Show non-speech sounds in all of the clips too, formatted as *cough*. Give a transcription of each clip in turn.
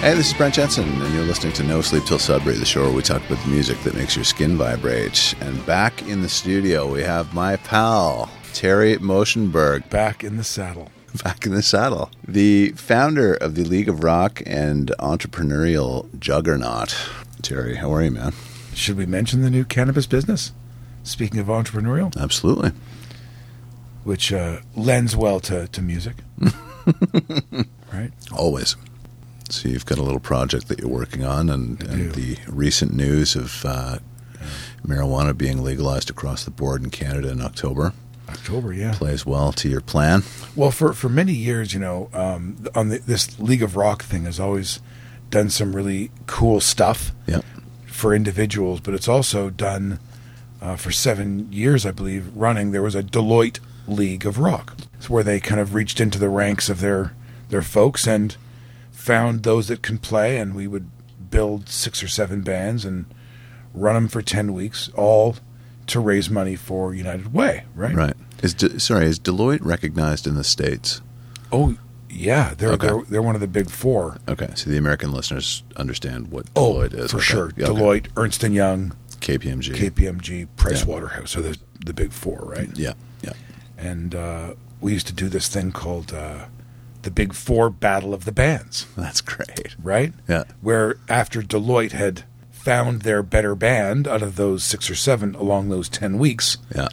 Hey, this is Brent Jensen, and you're listening to No Sleep Till Sudbury, the show where we talk about the music that makes your skin vibrate. And back in the studio, we have my pal, Terry Motionberg, *laughs* Back in the saddle. back in the saddle, the founder of the League of Rock and entrepreneurial juggernaut. Terry, how are you, man? Should we mention the new cannabis business? Speaking of entrepreneurial, Absolutely. which uh, lends well to, to music. *laughs* right? Always. So you've got a little project that you're working on, and, I and do. the recent news of uh, marijuana being legalized across the board in Canada in October October, yeah. plays well to your plan. Well, for, for many years, you know, um, on the, this League of Rock thing has always done some really cool stuff Yep. for individuals, but it's also done uh, for seven years, I believe, running. There was a Deloitte League of Rock, it's where they kind of reached into the ranks of their their folks and found those that can play, and we would build six or seven bands and run them for ten weeks, all to raise money for United Way, right? Right. Is De- sorry, is Deloitte recognized in the states? Oh, yeah, they're Okay. they're, they're one of the big four. Okay, so the American listeners understand what Oh, Deloitte is for okay. sure. Yeah, okay. Deloitte, Ernst and Young, KPMG. KPMG, Price Waterhouse, so the the big four, right? yeah, yeah. and uh, we used to do this thing called uh, the Big Four Battle of the Bands, That's great. right? Yeah. Where after Deloitte had found their better band out of those six or seven along those 10 weeks, Yeah,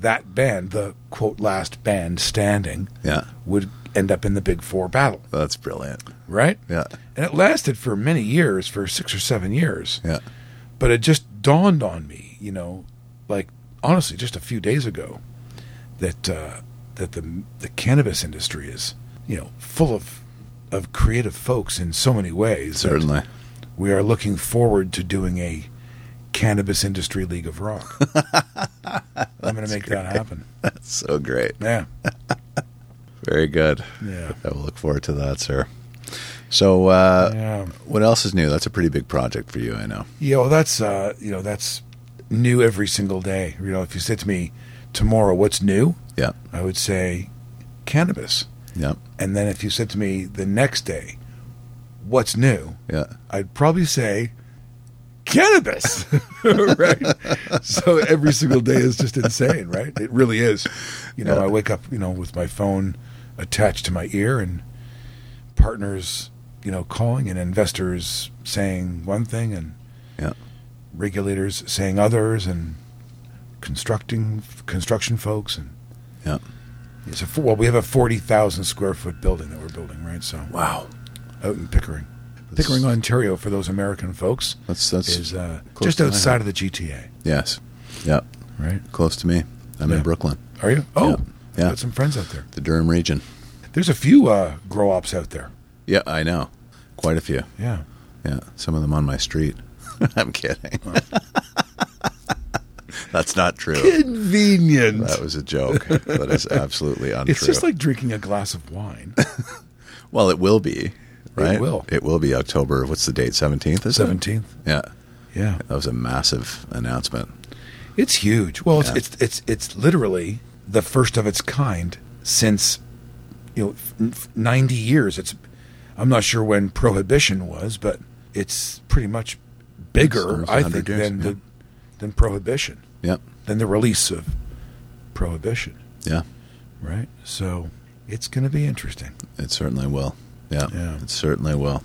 that band, the quote last band standing, yeah. would end up in the Big Four battle, That's brilliant. right? Yeah, And it lasted for many years, for six or seven years. yeah, But it just dawned on me, you know, like honestly, just a few days ago, that uh, that the the cannabis industry is, you know, full of of creative folks in so many ways. that certainly. we are looking forward to doing a cannabis industry league of rock. I'm going to make that happen. *laughs* That's so great. Yeah, Very good. yeah, I will look forward to that, sir. So, uh, yeah. what else is new? That's a pretty big project for you, I know. Yeah, well, that's uh, you know, that's new every single day. You know, if you said to me tomorrow, what's new? Yeah, I would say cannabis. yeah, And then if you said to me the next day, what's new? yeah. I'd probably say cannabis. *laughs* *laughs* right? So every single day is just insane, right? It really is. You know, Yeah. I wake up, you know, with my phone attached to my ear and partners, you know, calling and investors saying one thing and Yeah. regulators saying others and constructing construction folks and Yeah. it's a well we have a 40,000 square foot building that we're building right so Wow. out in Pickering. Pickering, Ontario, for those American folks, That's that's is uh, close just to my outside of the GTA, yes. Yeah, right? close to me. I'm in Yeah. Brooklyn, Are you? Oh, Yeah. got some friends out there. the Durham region. There's a few uh, grow ops out there. Yeah, I know. Quite a few. Yeah. Yeah, some of them on my street. *laughs* I'm kidding. *laughs* That's not true. Convenient. That was a joke. That *laughs* is absolutely untrue. It's just like drinking a glass of wine. *laughs* well, it will be, right? will. It will be October. What's the date? Seventeenth. Is it? 17th. Yeah, Yeah. that was a massive announcement. It's huge. Well, Yeah. it's, it's it's it's literally the first of its kind since you know f- f- 90 years. It's I'm not sure when prohibition was, but it's pretty much bigger, It's almost I 100 think, years, than yeah. the than prohibition, Yep. than the release of prohibition, Yeah, right? So it's going to be interesting. it certainly will. Yeah, Yeah. it certainly will.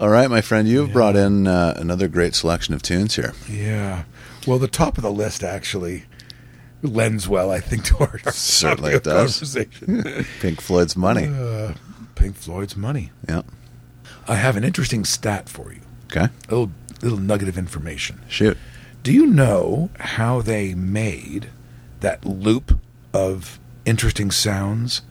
All right, my friend, you've brought in uh, another great selection of tunes here. Yeah. Well, the top of the list actually lends well, I think, *laughs* to our, our Certainly it does. *laughs* conversation. Pink Floyd's "Money." uh, Pink Floyd's money. Yeah. I have an interesting stat for you. Okay. A little, little nugget of information. Shoot. Do you know how they made that loop of interesting sounds,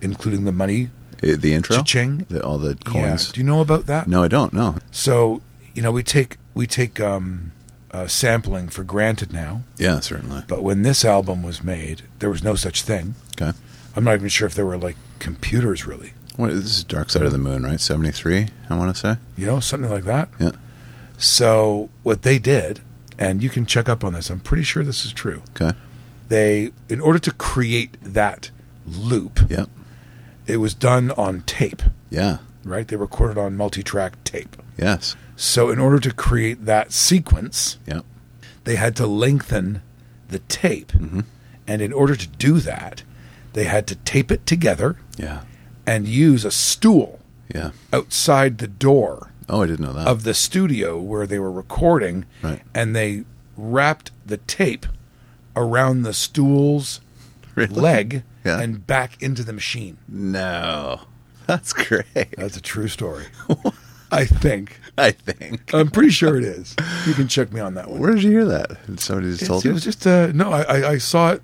including the money? Eh, The intro. Cha-ching. The, all the Yeah. coins. Do you know about that? No, I don't. No. So you know we take we take um, uh, sampling for granted now, Yeah, certainly. but when this album was made, there was no such thing. Okay. I'm not even sure if there were like computers really, What, this is Dark Side of the Moon, right? 73, I want to say. you know, something like that. Yeah. So what they did, and you can check up on this. I'm pretty sure this is true. Okay. They, in order to create that loop, Yep. it was done on tape, Yeah. right? They recorded on multi track tape. Yes. So, in order to create that sequence, Yep. they had to lengthen the tape. And in order to do that, they had to tape it together Yeah. and use a stool Yeah. outside the door Oh, I didn't know that. of the studio where they were recording, Right. and they wrapped the tape around the stool's *laughs* Really? leg Yeah. and back into the machine. no. *laughs* That's great. That's a true story. *laughs* I think. I think. I'm pretty sure it is. You can check me on that one. Where did you hear that? Did Somebody just It's- told it you. was just uh, no. I, I, I saw it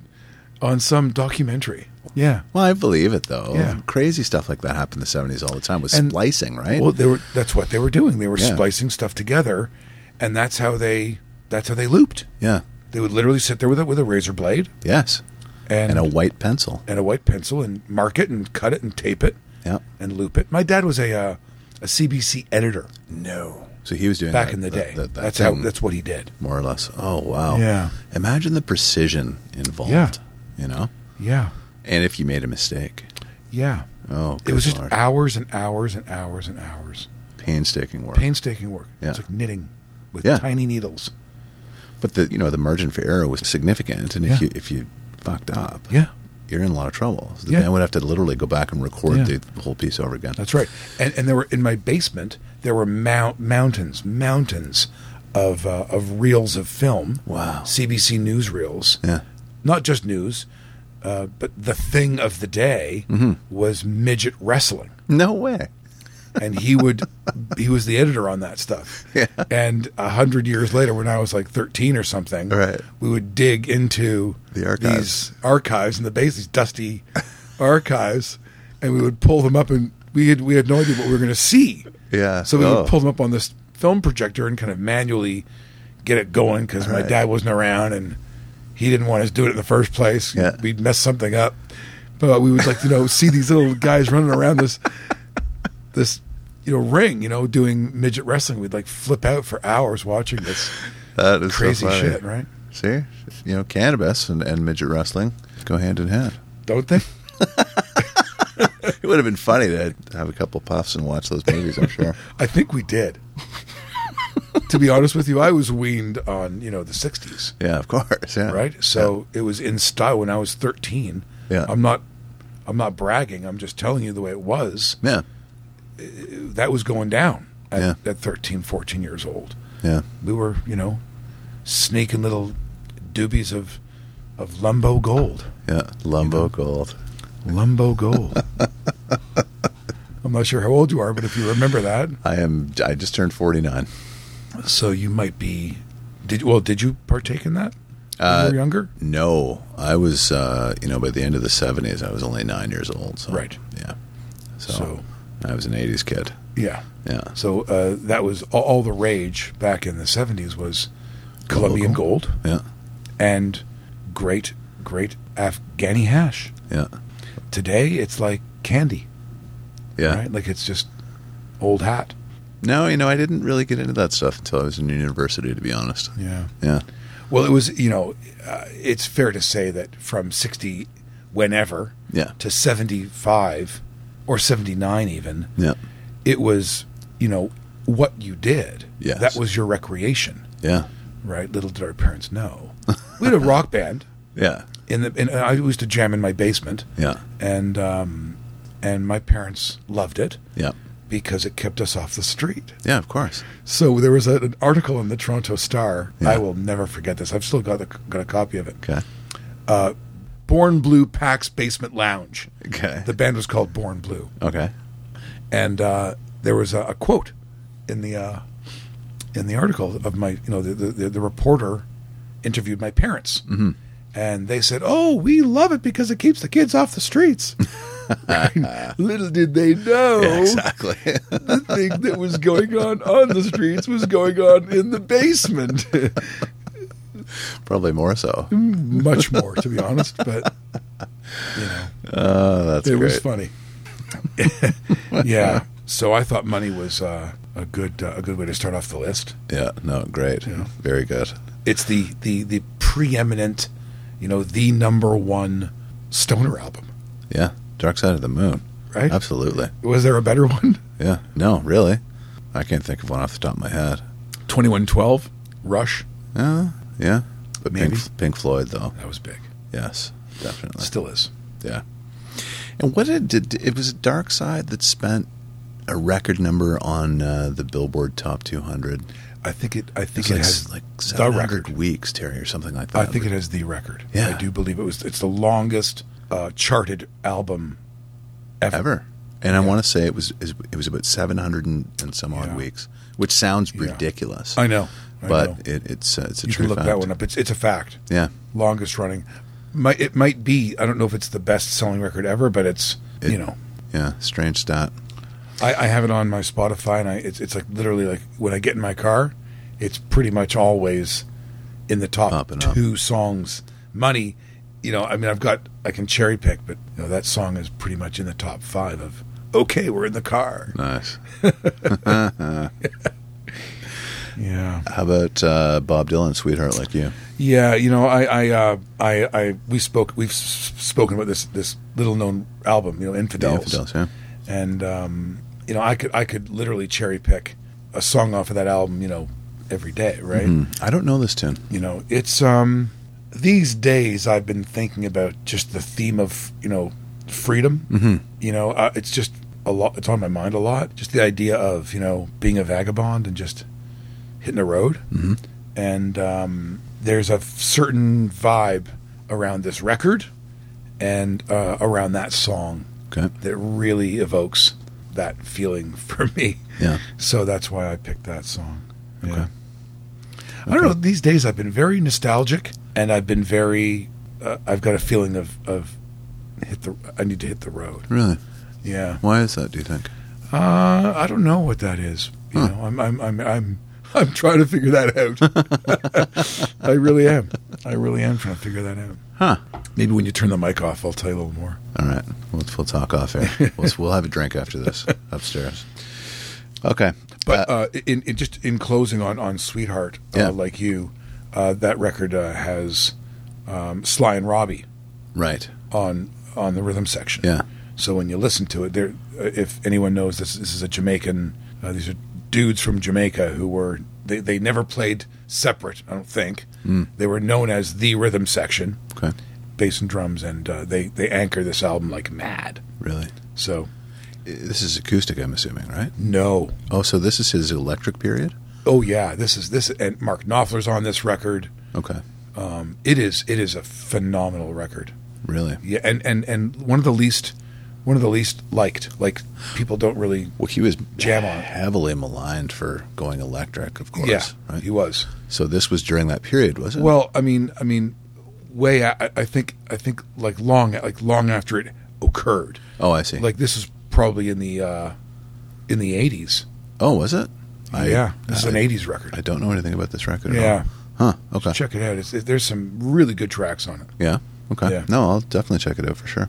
on some documentary. Yeah. Well, I believe it though. Yeah. Crazy stuff like that happened in the 70s all the time with And- splicing, right? Well, they were. That's what they were doing. They were Yeah. splicing stuff together, and that's how they. That's how they looped. yeah. They would literally sit there with a with a razor blade Yes. and And a white pencil. and a white pencil and mark it and cut it and tape it Yeah. and loop it. My dad was a uh, a CBC editor No. So he was doing back that- in the that- day. that- that that's how thing, that's what he did. more or less. Oh wow. Yeah. Imagine the precision involved. Yeah. You know? Yeah. And if you made a mistake. Yeah. Oh, It was good just Lord. hours and hours and hours and hours. painstaking work. Painstaking work. Yeah. It's like knitting with Yeah. tiny needles. but the you know, the margin for error was significant and if Yeah. you if you fucked up, Yeah. you're in a lot of trouble. So the Yeah. band would have to literally go back and record Yeah. the whole piece over again. That's right. And and there were in my basement there were mount, mountains, mountains of uh, of reels of film. Wow. CBC newsreels. Yeah. Not just news, uh, but the thing of the day Mm-hmm. was midget wrestling. No way. and he would he was the editor on that stuff. *laughs* Yeah. And a hundred years later, when I was like thirteen or something, Right. we would dig into The archives. these archives in the base, *laughs* these dusty archives, and we would pull them up, and we had we had no idea what we were going to see. Yeah. So we Oh. would pull them up on this film projector and kind of manually get it going because my Right. dad wasn't around and he didn't want us to do it in the first place. Yeah. We'd mess something up. But we would like, you *laughs* know, see these little guys running around this this you know ring, you know, doing midget wrestling. We'd like flip out for hours watching this That is so crazy funny. shit, right? See, you know, cannabis and, and midget wrestling go hand in hand. *laughs* Don't they? It would have been funny to have a couple puffs and watch those movies. I'm *laughs* sure. I think *laughs* we did. to be honest with you, I was weaned on, you know, the 60s, yeah, of course. Yeah. right? So it was in style when I was 13. Yeah. I'm not I'm not bragging. I'm just telling you the way it was. Yeah. That was going down at, Yeah. at 13, 14 years old. Yeah. We were, you know, sneaking little doobies of of Lumbo gold. Yeah. Lumbo Gold. *laughs* Lumbo Gold. I'm not sure how old you are, but if you remember that, I am. I just turned 49. so you might be. Did well? Did you partake in that when Uh, you were younger? No, I was. Uh, you know, by the end of the 70s, I was only nine years old. So, Right. Yeah. So, So- I was an 80s kid. Yeah. Yeah. So uh, that was all, all the rage back in the '70s was Colombian gold Yeah. and great, great Afghani hash. Yeah. Today it's like candy, Yeah. right? Like it's just old hat. No, you know, I didn't really get into that stuff until I was in university, to be honest. Yeah. Yeah. Well, it was, you know, uh, it's fair to say that from 60, whenever, Yeah. to 75 or 79 even, Yeah. it was, you know, what you did. Yes. That was your recreation, Yeah. right? Little did our parents *laughs* know. We had a rock band. Yeah. In the, in, I used to jam in my basement, Yeah. and um, and my parents loved it Yeah. because it kept us off the street. Yeah, of course. So there was a, an article in the Toronto Star. Yeah. I will never forget this. I've still got the, got a copy of it. Uh, Okay. Born Blue Pax Basement Lounge. Okay. The band was called Born Blue, Okay. and uh, there was a, a quote in the uh, in the article of my you know the the, the reporter interviewed my parents, Mm-hmm. and they said, "Oh, we love it because it keeps the kids off the *laughs* streets." *laughs* Right? Little did they know *laughs* exactly. *laughs* the thing that was going on on the streets was going on in the basement. *laughs* Probably more so. Mm, Much more, to be honest, but you know. Oh, that's it great. was funny. *laughs* *laughs* yeah. So I thought money was uh, a good uh, a good way to start off the list. Yeah, no, great. Very good. It's the the the preeminent, you know, the number one stoner album. Yeah. Dark Side of the Moon. Right? Absolutely. Was there a better *laughs* one? yeah. No, really. I can't think of one off the top of my head. 2112, Rush. Yeah, yeah. But Pink, Maybe. Pink Floyd, though. That was big. Yes, definitely. Still is. Yeah. And what did, did it was Dark Side that spent a record number on uh, the Billboard Top 200? I think it. I It's think it like, has like the 700 record. weeks, Terry, or something like I that. think it has the record. Yeah. I do believe it was. It's the longest uh, charted album ever. ever. And I want to say it was it was about 700 and, and some odd Yeah. weeks, which sounds Yeah. ridiculous. I know. I but know. It, it's uh, it's a you true can look fact. that one up. It's it's a fact. Yeah, Longest running. Might it might be. I don't know if it's the best selling record ever, but it's It- you know. yeah. Strange stat. I, I have it on my Spotify, and I it's it's like literally like when I get in my car, it's pretty much always in the top Up and up. two songs. Money, you know, I mean, I've got I can cherry pick, but you know that song is pretty much in the top five of. Okay, we're in the car. Nice. Yeah, How about uh, Bob Dylan, "Sweetheart Like You"? yeah. You know, I, I, uh, I, I, we spoke, we've s- spoken about this this little known album, you know, The Infidels, Infidels, yeah. and um, you know, I could I could literally cherry pick a song off of that album, you know, every day, right? Hmm. I don't know this tune. you know it's um these days i've been thinking about just the theme of you know freedom mm-hmm. you know uh, it's just a lot it's on my mind a lot just the idea of you know being a vagabond and just hitting the road mm-hmm. and um there's a certain vibe around this record and uh, around that song Okay. that really evokes that feeling *laughs* for me Yeah. so that's why I picked that song. Okay. Yeah. I don't know. These days, I've been very nostalgic, and I've been very. Uh, I've got a feeling of of hit the. I need to hit the road. Really? Yeah. Why is that? Do you think? Uh, I don't know what that is. You know, I'm I'm I'm I'm I'm trying to figure that out. *laughs* I really am. I really am trying to figure that out. Huh. Maybe when you turn the mic off, I'll tell you a little more. All right. We'll, we'll talk off *laughs* air. We'll, we'll have a drink after this upstairs. Okay. But Uh, uh, in, in just in closing on on "Sweetheart," uh, Yeah. like you, uh, that record uh, has um, Sly and Robbie right. on on the rhythm section. Yeah. So when you listen to it, there, uh, if anyone knows this, this is a Jamaican. Uh, these are dudes from Jamaica who were they, they never played separate. I don't think they were known as the rhythm section, Hmm. Okay. bass and drums, and uh, they they anchor this album like mad. Really. So This is acoustic, I'm assuming, right? no, Oh, so this is his electric period? oh yeah, this is this, and Mark Knopfler's on this record. Okay. Um, it is it is a phenomenal record. Really? Yeah, and, and, and one of the least one of the least liked. Like people don't really. Well, he was Jam on it. heavily maligned for going electric, of course. Yeah, Right? he was. So this was during that period, was it? Well, I mean, I mean, way I, I think I think like long like long after it occurred. oh, I see. Like this is probably in the uh, in the eighties. oh, was it? I, yeah, this is an I- eighties record. I don't know anything about this record. at Yeah. all. Huh. Okay. Check it out. It's, it, there's some really good tracks on it. Yeah. Okay. Yeah. No, I'll definitely check it out for sure.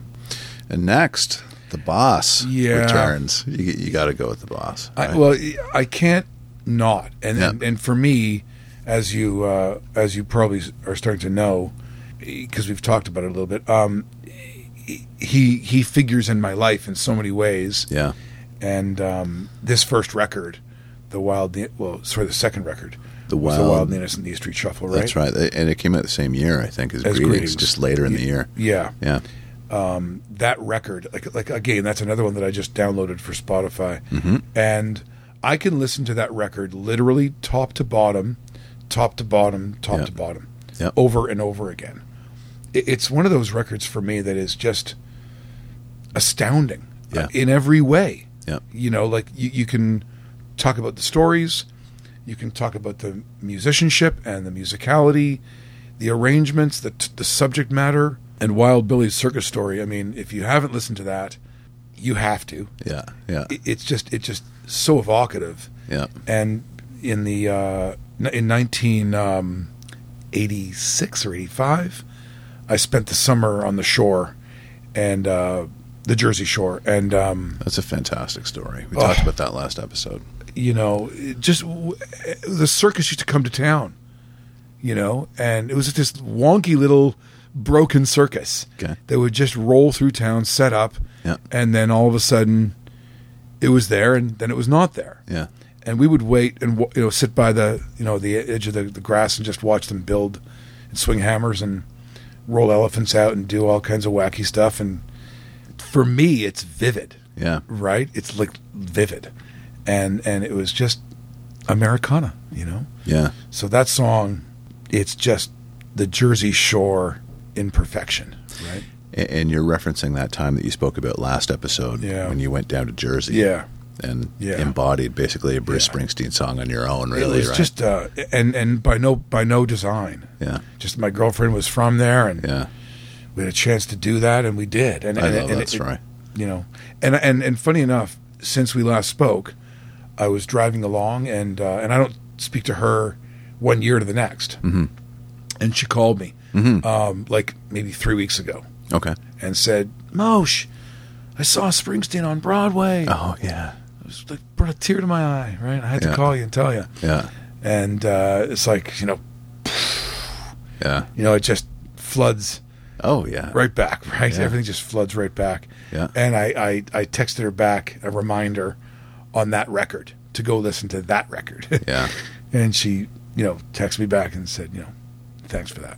And next, the boss Yeah. returns. You, you got to go with the boss. I, right? well, I can't not, and, Yeah. and and for me, as you uh, as you probably are starting to know, because we've talked about it a little bit. Um, he he figures in my life in so many ways. yeah. and um, this first record, the Wild, well, sorry, the second record, The was the Wild- Wild and the Innocent, the Street Shuffle, right? That's right. And it came out the same year, I think, as, As greetings, Greetings. just later in the year. Yeah, Yeah. um, that record, like, like again, that's another one that I just downloaded for Spotify, and I can listen to that record literally top to bottom, top to bottom, top Yep. to bottom, Yep. over and over again. It, it's one of those records for me that is just astounding Yeah. uh, in every way. Yep. you know like you, you can talk about the stories you can talk about the musicianship and the musicality the arrangements the, t- the subject matter and wild billy's circus story i mean if you haven't listened to that you have to Yeah. Yeah. it, it's just it's just so evocative Yeah. and in the uh, n- in 1986 or 85 i spent the summer on the shore and uh, the jersey shore and um, That's a fantastic story. Oh. We talked about that last episode. you know, it just w- the circus used to come to town, you know, and it was this wonky little broken circus Okay. that would just roll through town, set up, Yeah. and then all of a sudden it was there and then it was not there. Yeah. And we would wait and wa- you know sit by the you know the edge of the, the grass and just watch them build and swing hammers and roll elephants out and do all kinds of wacky stuff. And for me, it's vivid, Yeah. right? It's like vivid, and and it was just Americana, you know. Yeah. So that song, it's just the Jersey Shore in perfection, right? A- And you're referencing that time that you spoke about last episode Yeah. when you went down to Jersey Yeah. and Yeah. embodied basically a Bruce Yeah. Springsteen song on your own, really, it was right? just uh, and and by no by no design. yeah. Just my girlfriend was from there, and Yeah. we had a chance to do that, and we did. And, I and, love and that story. You know, and and and funny enough, since we last spoke, I was driving along, and uh, and I don't speak to her one year to the next, mm-hmm. and she called me um, like maybe three weeks ago Okay. and said, "Mosh, I saw Springsteen on Broadway." Oh, yeah. It was like brought a tear to my eye. Right, I had Yeah. to call you and tell you. Yeah. And uh, it's like you know, Yeah. you know, it just floods Oh, yeah. right back, *laughs* right? Yeah. Everything just floods right back. Yeah. And I, I, I texted her back a reminder on that record to go listen to that record. Yeah. *laughs* and she, you know, texted me back and said, you know, thanks for that.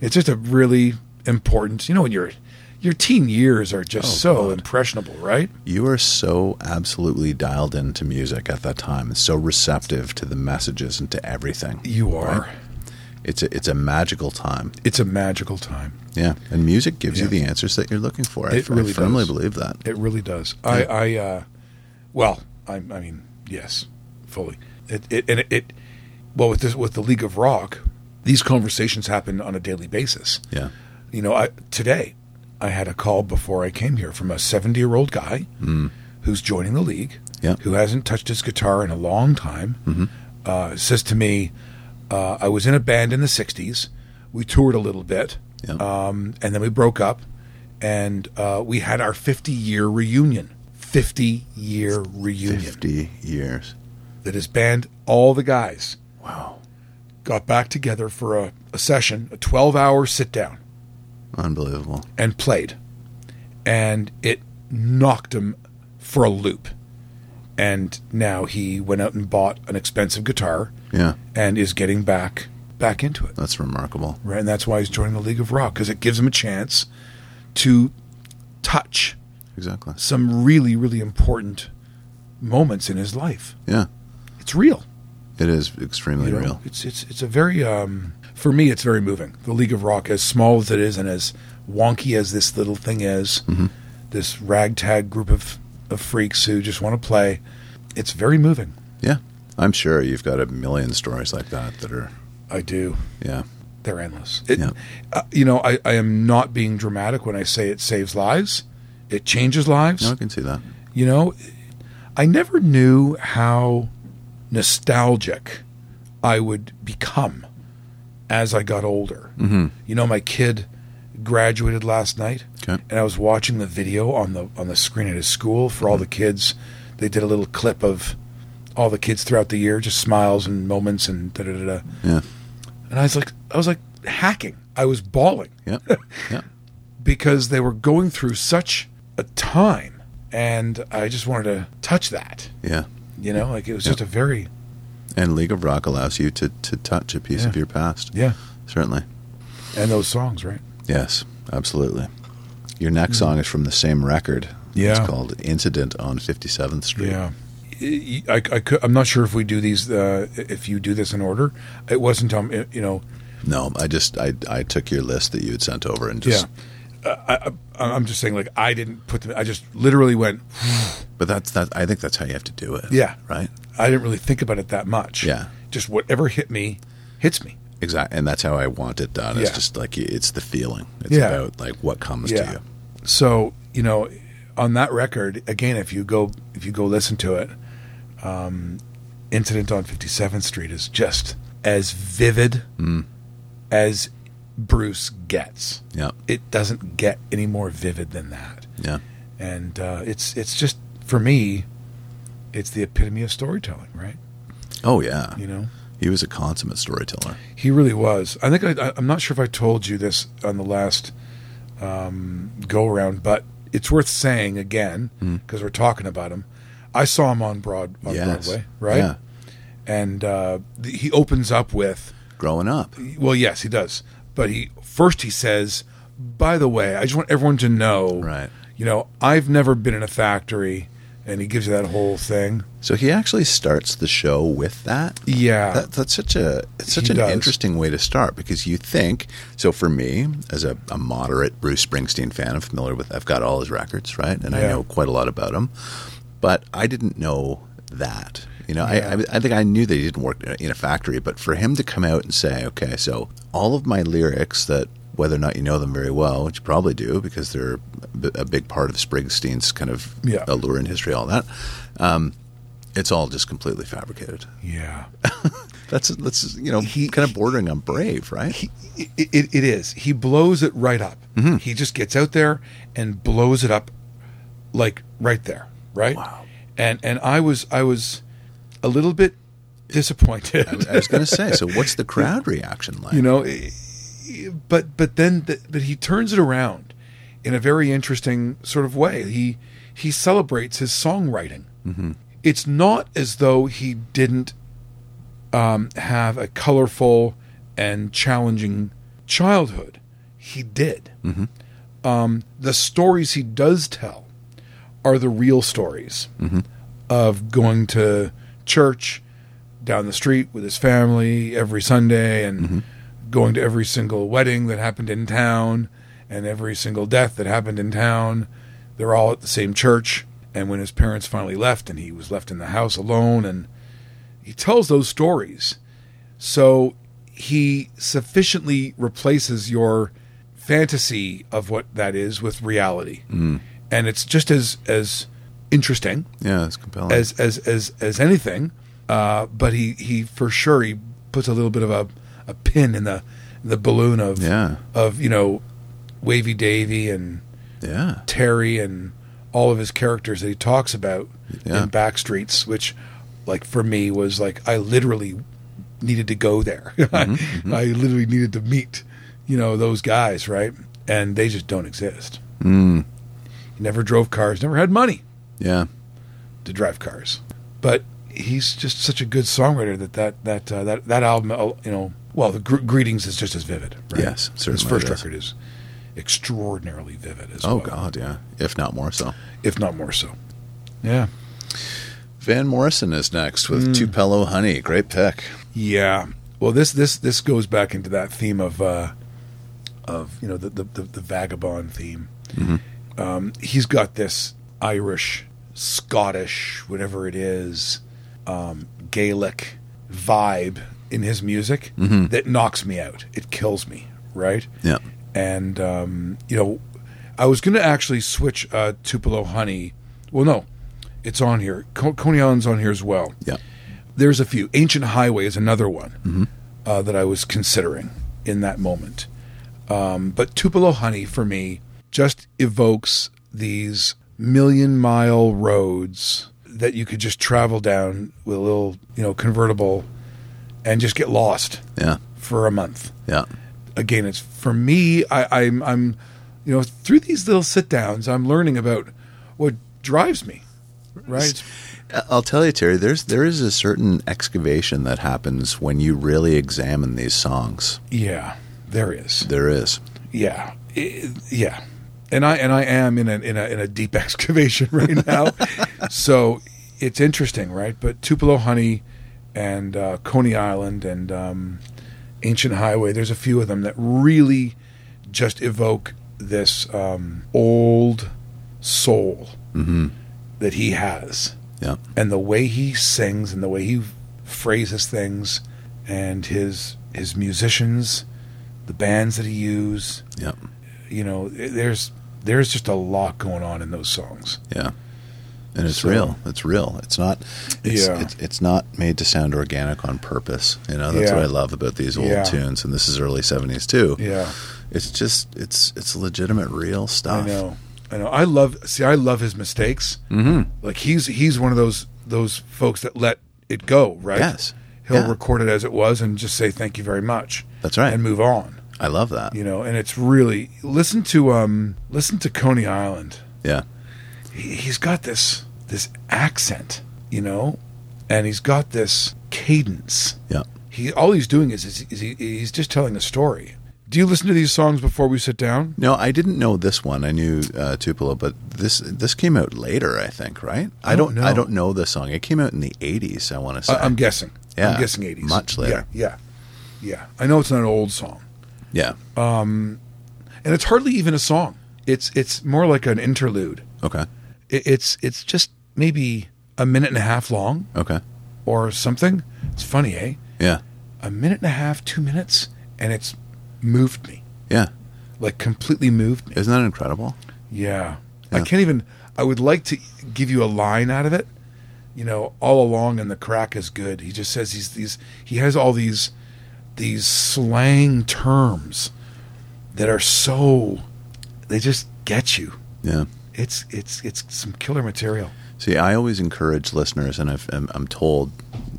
It's just a really important, you know, when you're, your teen years are Oh, just so impressionable, right? You are so absolutely dialed into music at that time and so receptive to the messages and to everything. You are. Right. It's a, it's a magical time. It's a magical time. Yeah. And music gives you Yeah. the answers that you're looking for. I, It I really firmly does. believe that. It really does. I, I, uh, well, I, I mean, yes, fully. It, it, and it, it, well, with this, with the League of Rock, these conversations happen on a daily basis. Yeah. You know, I, today I had a call before I came here from a 70 year old guy who's joining the league, Hmm. Yeah. Mm-hmm. who hasn't touched his guitar in a long time. Uh, says to me, uh, I was in a band in the 60s. We toured a little bit, Yeah. um, and then we broke up, and uh, we had our 50 year reunion. 50 year reunion 50 years. that his band, all the guys, Wow. got back together for a, a session, a 12 hour sit down. Unbelievable. and played, and it knocked him for a loop. And now he went out and bought an expensive guitar Yeah. and is getting back back into it. That's remarkable. Right, and that's why he's joining the League of Rock because it gives him a chance to touch Exactly. some really really important moments in his life. Yeah. It's real. It is extremely you know? real. It's it's it's a very um, for me it's very moving. The League of Rock, as small as it is and as wonky as this little thing is, Mm-hmm. this ragtag group of, of freaks who just want to play, it's very moving. Yeah. I'm sure you've got a million stories like that that are, I do. yeah. They're endless. It, Yeah. uh, you know, I, I am not being dramatic when I say it saves lives. It changes lives. No, I can see that. You know, I never knew how nostalgic I would become as I got older. Mm-hmm. You know, my kid graduated last night, Okay. and I was watching the video on the on the screen at his school for Mm-hmm. all the kids. They did a little clip of all the kids throughout the year, just smiles and moments and da da da. da. Yeah. And I was like, I was like hacking. I was bawling *laughs* Yeah. Yeah. because they were going through such a time and I just wanted to touch that. Yeah. You know, like it was just a very And League of Rock allows you to, to touch a piece of Yeah. your past. yeah. Certainly. And those songs, right? Yes. Absolutely. Your next song is from the same record. Yeah. It's called Incident on 57th Street. I, I, I could, I'm not sure if we do these uh, if you do this in order. It wasn't um you know No, I just, I, I took your list that you had sent over and just, uh, I, I'm just saying like I didn't put them. I just literally went. but that's, that, I think that's how you have to do it. Yeah. Right? I didn't really think about it that much. Yeah. just whatever hit me, hits me. Exactly, and that's how I want it done. It's Yeah. just like it's the feeling. It's Yeah. about like what comes to you. So you know, on that record again, if you go if you go listen to it, um, incident on Fifty Seventh Street is just as vivid as Bruce gets. Yeah, It doesn't get any more vivid than that, yeah, and uh, it's it's just for me, it's the epitome of storytelling, right? oh yeah. You know. He was a consummate storyteller. He really was. I think I, I, I'm not sure if I told you this on the last Hmm. um, go around, but it's worth saying again because we're talking about him. I saw him on Broad on Yes. Broadway, right? Yeah. And uh, th- he opens up with, Growing up. well, yes, he does, but he first he says, "By the way, I just want everyone to know, Right. You know, I've never been in a factory." And he gives you that whole thing. So he actually starts the show with that. Yeah. That, that's such a it's such He an does. interesting way to start because you think so for me as a, a moderate Bruce Springsteen fan I'm familiar with I've got all his records right and I Yeah. know quite a lot about him but I didn't know that you know Yeah. I, I I think I knew that he didn't work in a- in a factory but for him to come out and say okay so all of my lyrics that whether or not you know them very well which you probably do because they're a b- a big part of Springsteen's kind of Yeah. allure and history all that um, it's all just completely fabricated yeah. that's that's you know He- kind of bordering on brave, right? he, it, it, it is. He blows it right up. Mm-hmm. He just gets out there and blows it up, like right there, right. Wow. And and I was I was a little bit disappointed, *laughs* I was going to say. So what's the crowd reaction like? you know, i- i- but but then the, but he turns it around in a very interesting sort of way. He he celebrates his songwriting. Mm-hmm. It's not as though he didn't um, have a colorful and challenging childhood. He did. Um, the stories he does tell are the real stories of going to church down the street with his family every Sunday and going to every single wedding that happened in town and every single death that happened in town. They're all at the same church. And when his parents finally left and he was left in the house alone and he tells those stories. So he sufficiently replaces your fantasy of what that is with reality. And it's just as as interesting yeah, it's compelling. as as as as anything. Uh, but he he for sure he puts a little bit of a, a pin in the the balloon of Yeah. of you know Wavy Davy and yeah, Terry and all of his characters that he talks about Yeah. in Backstreets, which like for me was like I literally needed to go there. *laughs* I, Mm-hmm, I literally needed to meet you know those guys right, and they just don't exist. Mm. He never drove cars, never had money Hmm. yeah, to drive cars. But he's just such a good songwriter that that that uh, that that album, uh, you know, well, the gr- greetings is just as vivid. Right? Yes, his certainly first it is. record is extraordinarily vivid as Oh well, God, yeah. If not more so. if not more so. Yeah, Van Morrison is next with Tupelo Honey. Great pick. yeah. Well, this this this goes back into that theme of uh, of you know the the, the, the vagabond theme. Um, he's got this Irish, Scottish, whatever it is, um, Gaelic vibe in his music that knocks me out. It kills me, right? Yeah, And um, you know, I was going to actually switch uh, Tupelo Honey. Well, no, it's on here. Co- Coney Island's on here as well. yeah, There's a few. Ancient Highway is another one uh, that I was considering in that moment. Um, but Tupelo Honey for me just evokes these million mile roads that you could just travel down with a little, you know, convertible and just get lost yeah, for a month yeah, again, it's for me. I, I'm, I'm, you know, through these little sit downs, I'm learning about what drives me. Right? I- I'll tell you, Terry. There's there is a certain excavation that happens when you really examine these songs. Yeah, there is. There is. Yeah, I- yeah, and I and I am in a in a in a deep *laughs* excavation right now, so it's interesting, right? But Tupelo Honey and uh, Coney Island and um, Ancient Highway, there's a few of them that really just evoke this um, old soul Mm-hmm. that he has Yeah, and the way he sings and the way he phrases things and his his musicians the bands that he used yeah, you know there's there's just a lot going on in those songs yeah. And it's So- real. It's real. It's not. It's, Yeah. it's it's not made to sound organic on purpose. You know that's Yeah. what I love about these old Yeah. tunes, and this is early '70s too. yeah It's just it's it's legitimate, real stuff. i know i know i love see i love his mistakes mm-hmm. like he's he's one of those those folks that let it go right Yes. he'll Yeah. record it as it was and just say thank you very much That's right. and move on I love that. you know and it's really listen to um listen to coney island Yeah, he- he's got this this accent, you know, and he's got this cadence. Yeah. He all he's doing is, is, is he, he's just telling a story. Do you listen to these songs before we sit down? No, I didn't know this one. I knew uh, Tupelo, but this this came out later, I think. Right? I don't don't. I know. don't know the song. It came out in the eighties. I want to say. I, I'm guessing. I'm Yeah, guessing 80s. much later. Yeah, yeah, yeah. I know it's not an old song, yeah. and it's hardly even a song. It's it's more like an interlude. Okay. It, it's it's just maybe a minute and a half long Okay. or something. It's funny, eh? Yeah. A minute and a half, two minutes, and it's moved me. Yeah. Like completely moved me. Isn't that incredible? Yeah. I Yeah. can't even. I would like to give you a line out of it. You know, all along and the crack is good. He just says he's these. He has all these these slang terms that are so. They just get you. Yeah. It's it's it's some killer material. See, I always encourage listeners, and I've, I'm, I'm told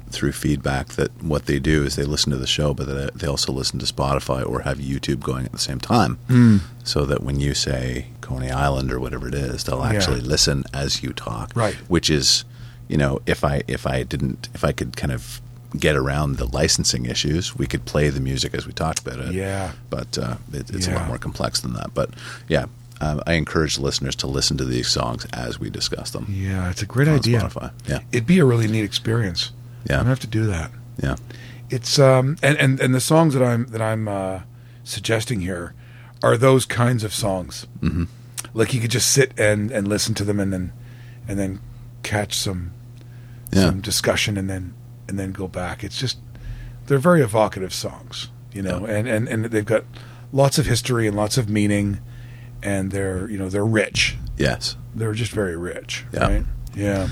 through feedback that what they do is they listen to the show, but that they also listen to Spotify or have YouTube going at the same time, Hmm. so that when you say Coney Island or whatever it is, they'll actually listen as you talk. Right. Which is, you know, if I if I didn't if I could kind of get around the licensing issues, we could play the music as we talked about it Yeah. but uh, it, it's a Yeah. lot more complex than that. But yeah, um, I encourage listeners to listen to these songs as we discuss them Yeah, it's a great on idea. Spotify. Yeah, It'd be a really neat experience. Yeah. I'm gonna have to do that. yeah, It's um and and, and the songs that I'm that I'm uh, suggesting here are those kinds of songs. Mm-hmm. Like you could just sit and and listen to them and then and then catch some yeah. some discussion and then and then go back. It's just they're very evocative songs, you know, and, and and they've got lots of history and lots of meaning, and they're you know they're rich. yes. They're just very rich, Yeah. right? Yeah.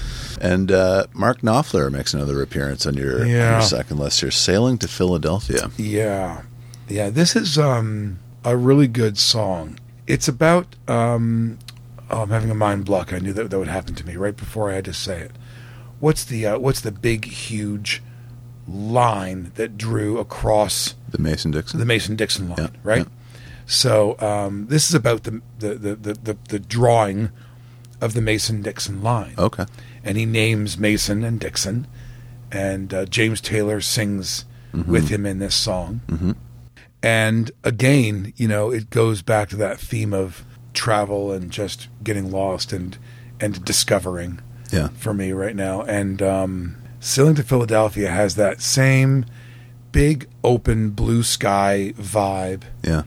And uh, Mark Knopfler makes another appearance on your, on your Yeah. second list here, "Sailing to Philadelphia." Yeah. Yeah, this is um a really good song. It's about um oh, I'm having a mind block. I knew that that would happen to me right before I had to say it. What's the uh, what's the big huge line that drew across The Mason Dixon. the Mason Dixon line, Yeah, right? So um, this is about the the, the, the, the the drawing of the Mason Dixon line okay. and he names Mason and Dixon, and uh, James Taylor sings Mm-hmm. with him in this song. Mm-hmm. And again, you know, it goes back to that theme of travel and just getting lost and and discovering Yeah. for me right now. And um, Sailing to Philadelphia has that same big open blue sky vibe Yeah.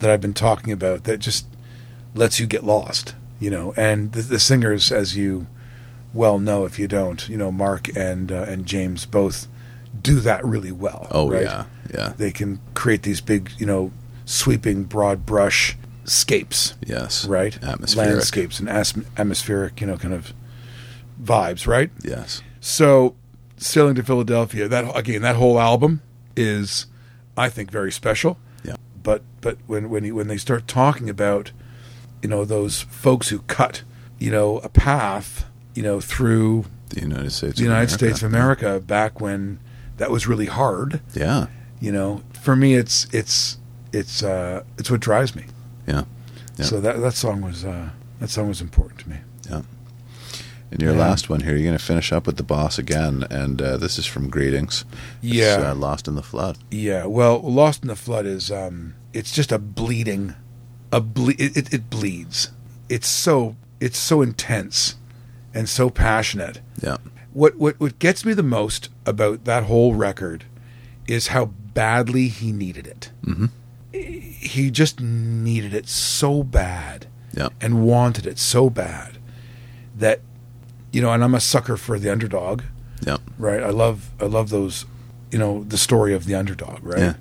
that I've been talking about that just lets you get lost, you know. And the, the singers, as you well know, if you don't, you know, Mark and uh, and James both do that really well. Oh right? yeah. Yeah. they can create these big, you know, sweeping broad brush scapes, Yes. right? Atmospheric. Landscapes and as- atmospheric, you know, kind of vibes, right? Yes. So, sailing to Philadelphia. That again, that whole album is, I think, very special. Yeah. But but when when he, when they start talking about, you know, those folks who cut, you know, a path, you know, through The United States. the of United America. States of America back when that was really hard. Yeah. You know, for me, it's it's it's uh it's what drives me. Yeah. Yeah. So that that song was uh that song was important to me. And your Yeah. last one here, you're going to finish up with the boss again, and uh, this is from Greetings. It's, Yeah. uh, Lost in the Flood. Yeah, well, Lost in the Flood is um it's just a bleeding a ble- it, it, it bleeds. It's so it's so intense and so passionate. Yeah. What what what gets me the most about that whole record is how badly he needed it. Mhm. He just needed it so bad Yeah. and wanted it so bad that you know, and I'm a sucker for the underdog Yeah. right? I love I love those, you know, the story of the underdog, right? Yeah.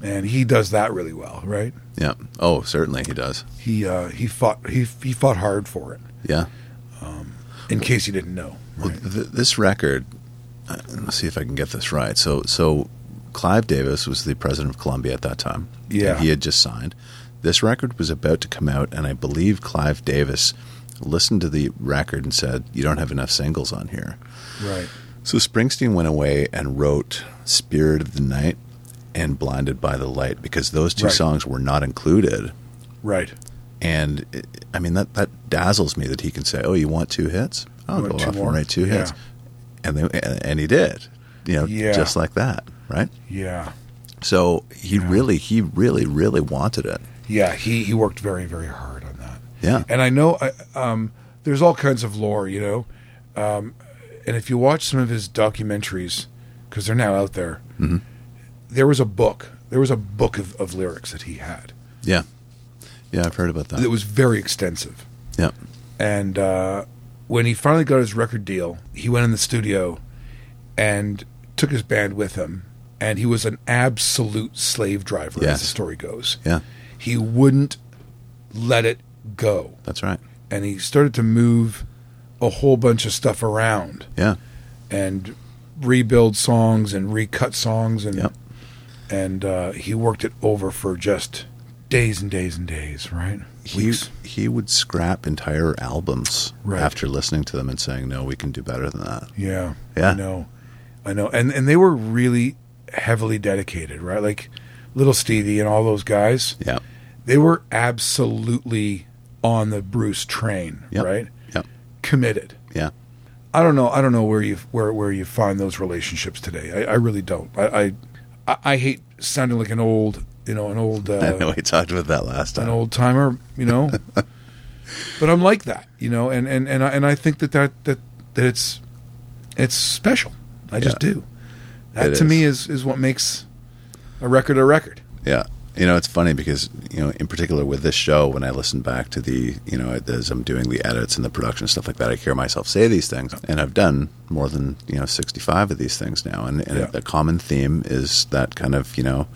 And he does that really well, right? Yeah. Oh, certainly he does. He uh, he fought he he fought hard for it. Yeah. In case you didn't know, Well, right? th- this record, uh, let's see if I can get this right. So, so Clive Davis was the president of Columbia at that time. Yeah. And he had just signed. This record was about to come out, and I believe Clive Davis listened to the record and said, "You don't have enough singles on here." right? So Springsteen went away and wrote Spirit of the Night and Blinded by the Light because those two Right. songs were not included. Right. And it, I mean, that, that dazzles me that he can say, oh, you want two hits? I'll You go want two off more? and write two Yeah. hits. And, they, and, and he did, you know, Yeah. just like that, right? Yeah. So he really, he really, really wanted it. Yeah, he, he worked very, very hard on that. Yeah. And I know I, um, there's all kinds of lore, you know. Um, and if you watch some of his documentaries, because they're now out there, there was a book. There was a book of, of lyrics that he had Yeah. Yeah, I've heard about that that. was very extensive. Yeah. And uh, when he finally got his record deal, he went in the studio and took his band with him. And he was an absolute slave driver, as Yes. the story goes. Yeah. He wouldn't let it go. That's right. and he started to move a whole bunch of stuff around Yeah. and rebuild songs and recut songs and Yep. and uh, he worked it over for just days and days and days, right? He, he would scrap entire albums Right. after listening to them and saying, no, we can do better than that. Yeah, Yeah. I know, I know, and and they were really heavily dedicated, right? Like Little Stevie and all those guys, Yeah. they were absolutely on the Bruce train, Yep. right? Yep. Committed. Yeah. I don't know. I don't know where you where where you find those relationships today. I, I really don't. I, I I hate sounding like an old you know an *laughs* old I know uh, we talked about that last an time. old timer you know, *laughs* but I'm like that you know, and and and I, and I think that that that that it's it's special. I just do. That It to me is is what makes a record a record. Yeah. You know, it's funny because, you know, in particular with this show, when I listen back to the, you know, as I'm doing the edits and the production and stuff like that, I hear myself say these things. And I've done more than, you know, 65 of these things now. And, and Yeah. the common theme is that kind of, you know,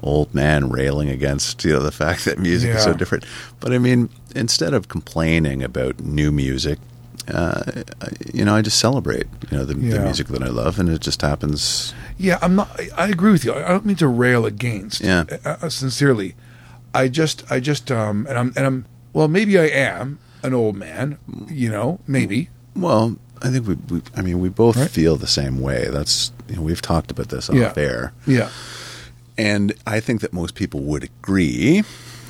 old man railing against, you know, the fact that music is so Yeah. different. But I mean, instead of complaining about new music, uh, I- you know, I just celebrate, you know, the, the Yeah. music that I love. And it just happens. Yeah, I'm not. I- I agree with you. I I don't mean to rail against. Yeah. uh, uh, sincerely, I just, I just, um, and I'm, and I'm. Well, maybe I am an old man. You know, maybe. Well, I think we, we I mean, we both Right. feel the same way. That's, you know, we've talked about this off Yeah. air. Yeah. And I think that most people would agree,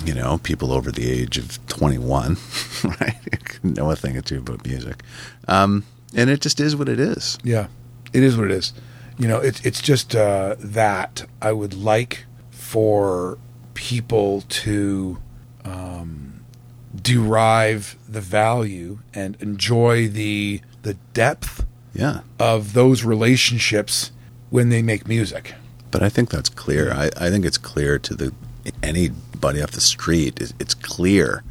you know, people over the age of 21, *laughs* right? *laughs* know a thing or two about music. Um, and it just is what it is. Yeah. It is what it is. You know, it's it's just uh, that I would like for people to um, derive the value and enjoy the the depth Yeah. of those relationships when they make music. But I think that's clear. I, I think it's clear to the anybody off the street. It's, it's clear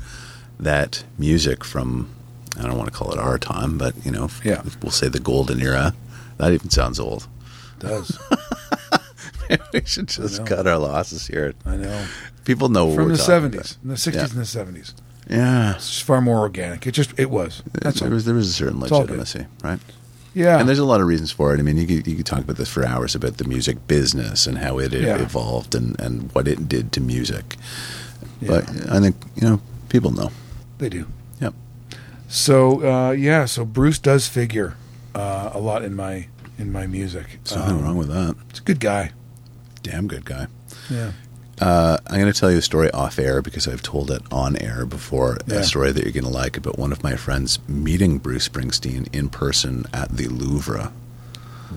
that music from I don't want to call it our time, but you know, f- Yeah. we'll say the golden era. That even sounds old. does. *laughs* *laughs* we should just know. cut our losses here. I know. People know what From we're the talking seventies, the sixties, and the seventies. about. Yeah, It's just far more organic. It just it was. That's there all. was there was a certain all good. legitimacy, right? Yeah. And there's a lot of reasons for it. I mean, you could, you could talk about this for hours about the music business and how it Yeah. evolved and, and what it did to music. Yeah, But I think you know people know. they do. Yep. So uh, yeah, so Bruce does figure uh, a lot in my in my music. Something Um, wrong with that. It's a good guy. Damn good guy. Yeah. Uh, I'm going to tell you a story off air because I've told it on air before. Yeah. A story that you're going to like about one of my friends meeting Bruce Springsteen in person at the Louvre.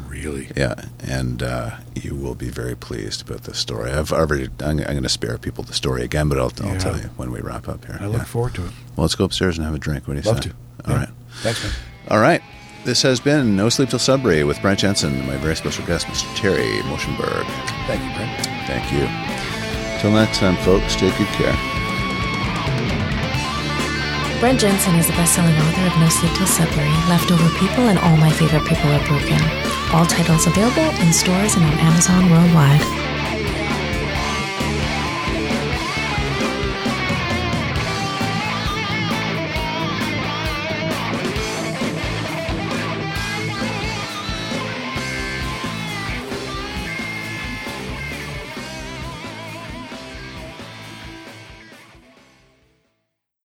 Really. Yeah, and uh, you will be very pleased about this story. I've already. I'm, I'm going to spare people the story again, but I'll, I'll Yeah. tell you when we wrap up here. I look Yeah. forward to it. Well, let's go upstairs and have a drink. What do you Love say? to. All Yeah. right. Thanks, man. All right. This has been No Sleep Till Sudbury with Brent Jensen and my very special guest, Mr. Terry Motionberg. Thank you, Brent. Thank you. Till next time, folks, take good care. Brent Jensen is the best-selling author of No Sleep Till Sudbury, Leftover People, and All My Favorite People Are Broken. All titles available in stores and on Amazon worldwide.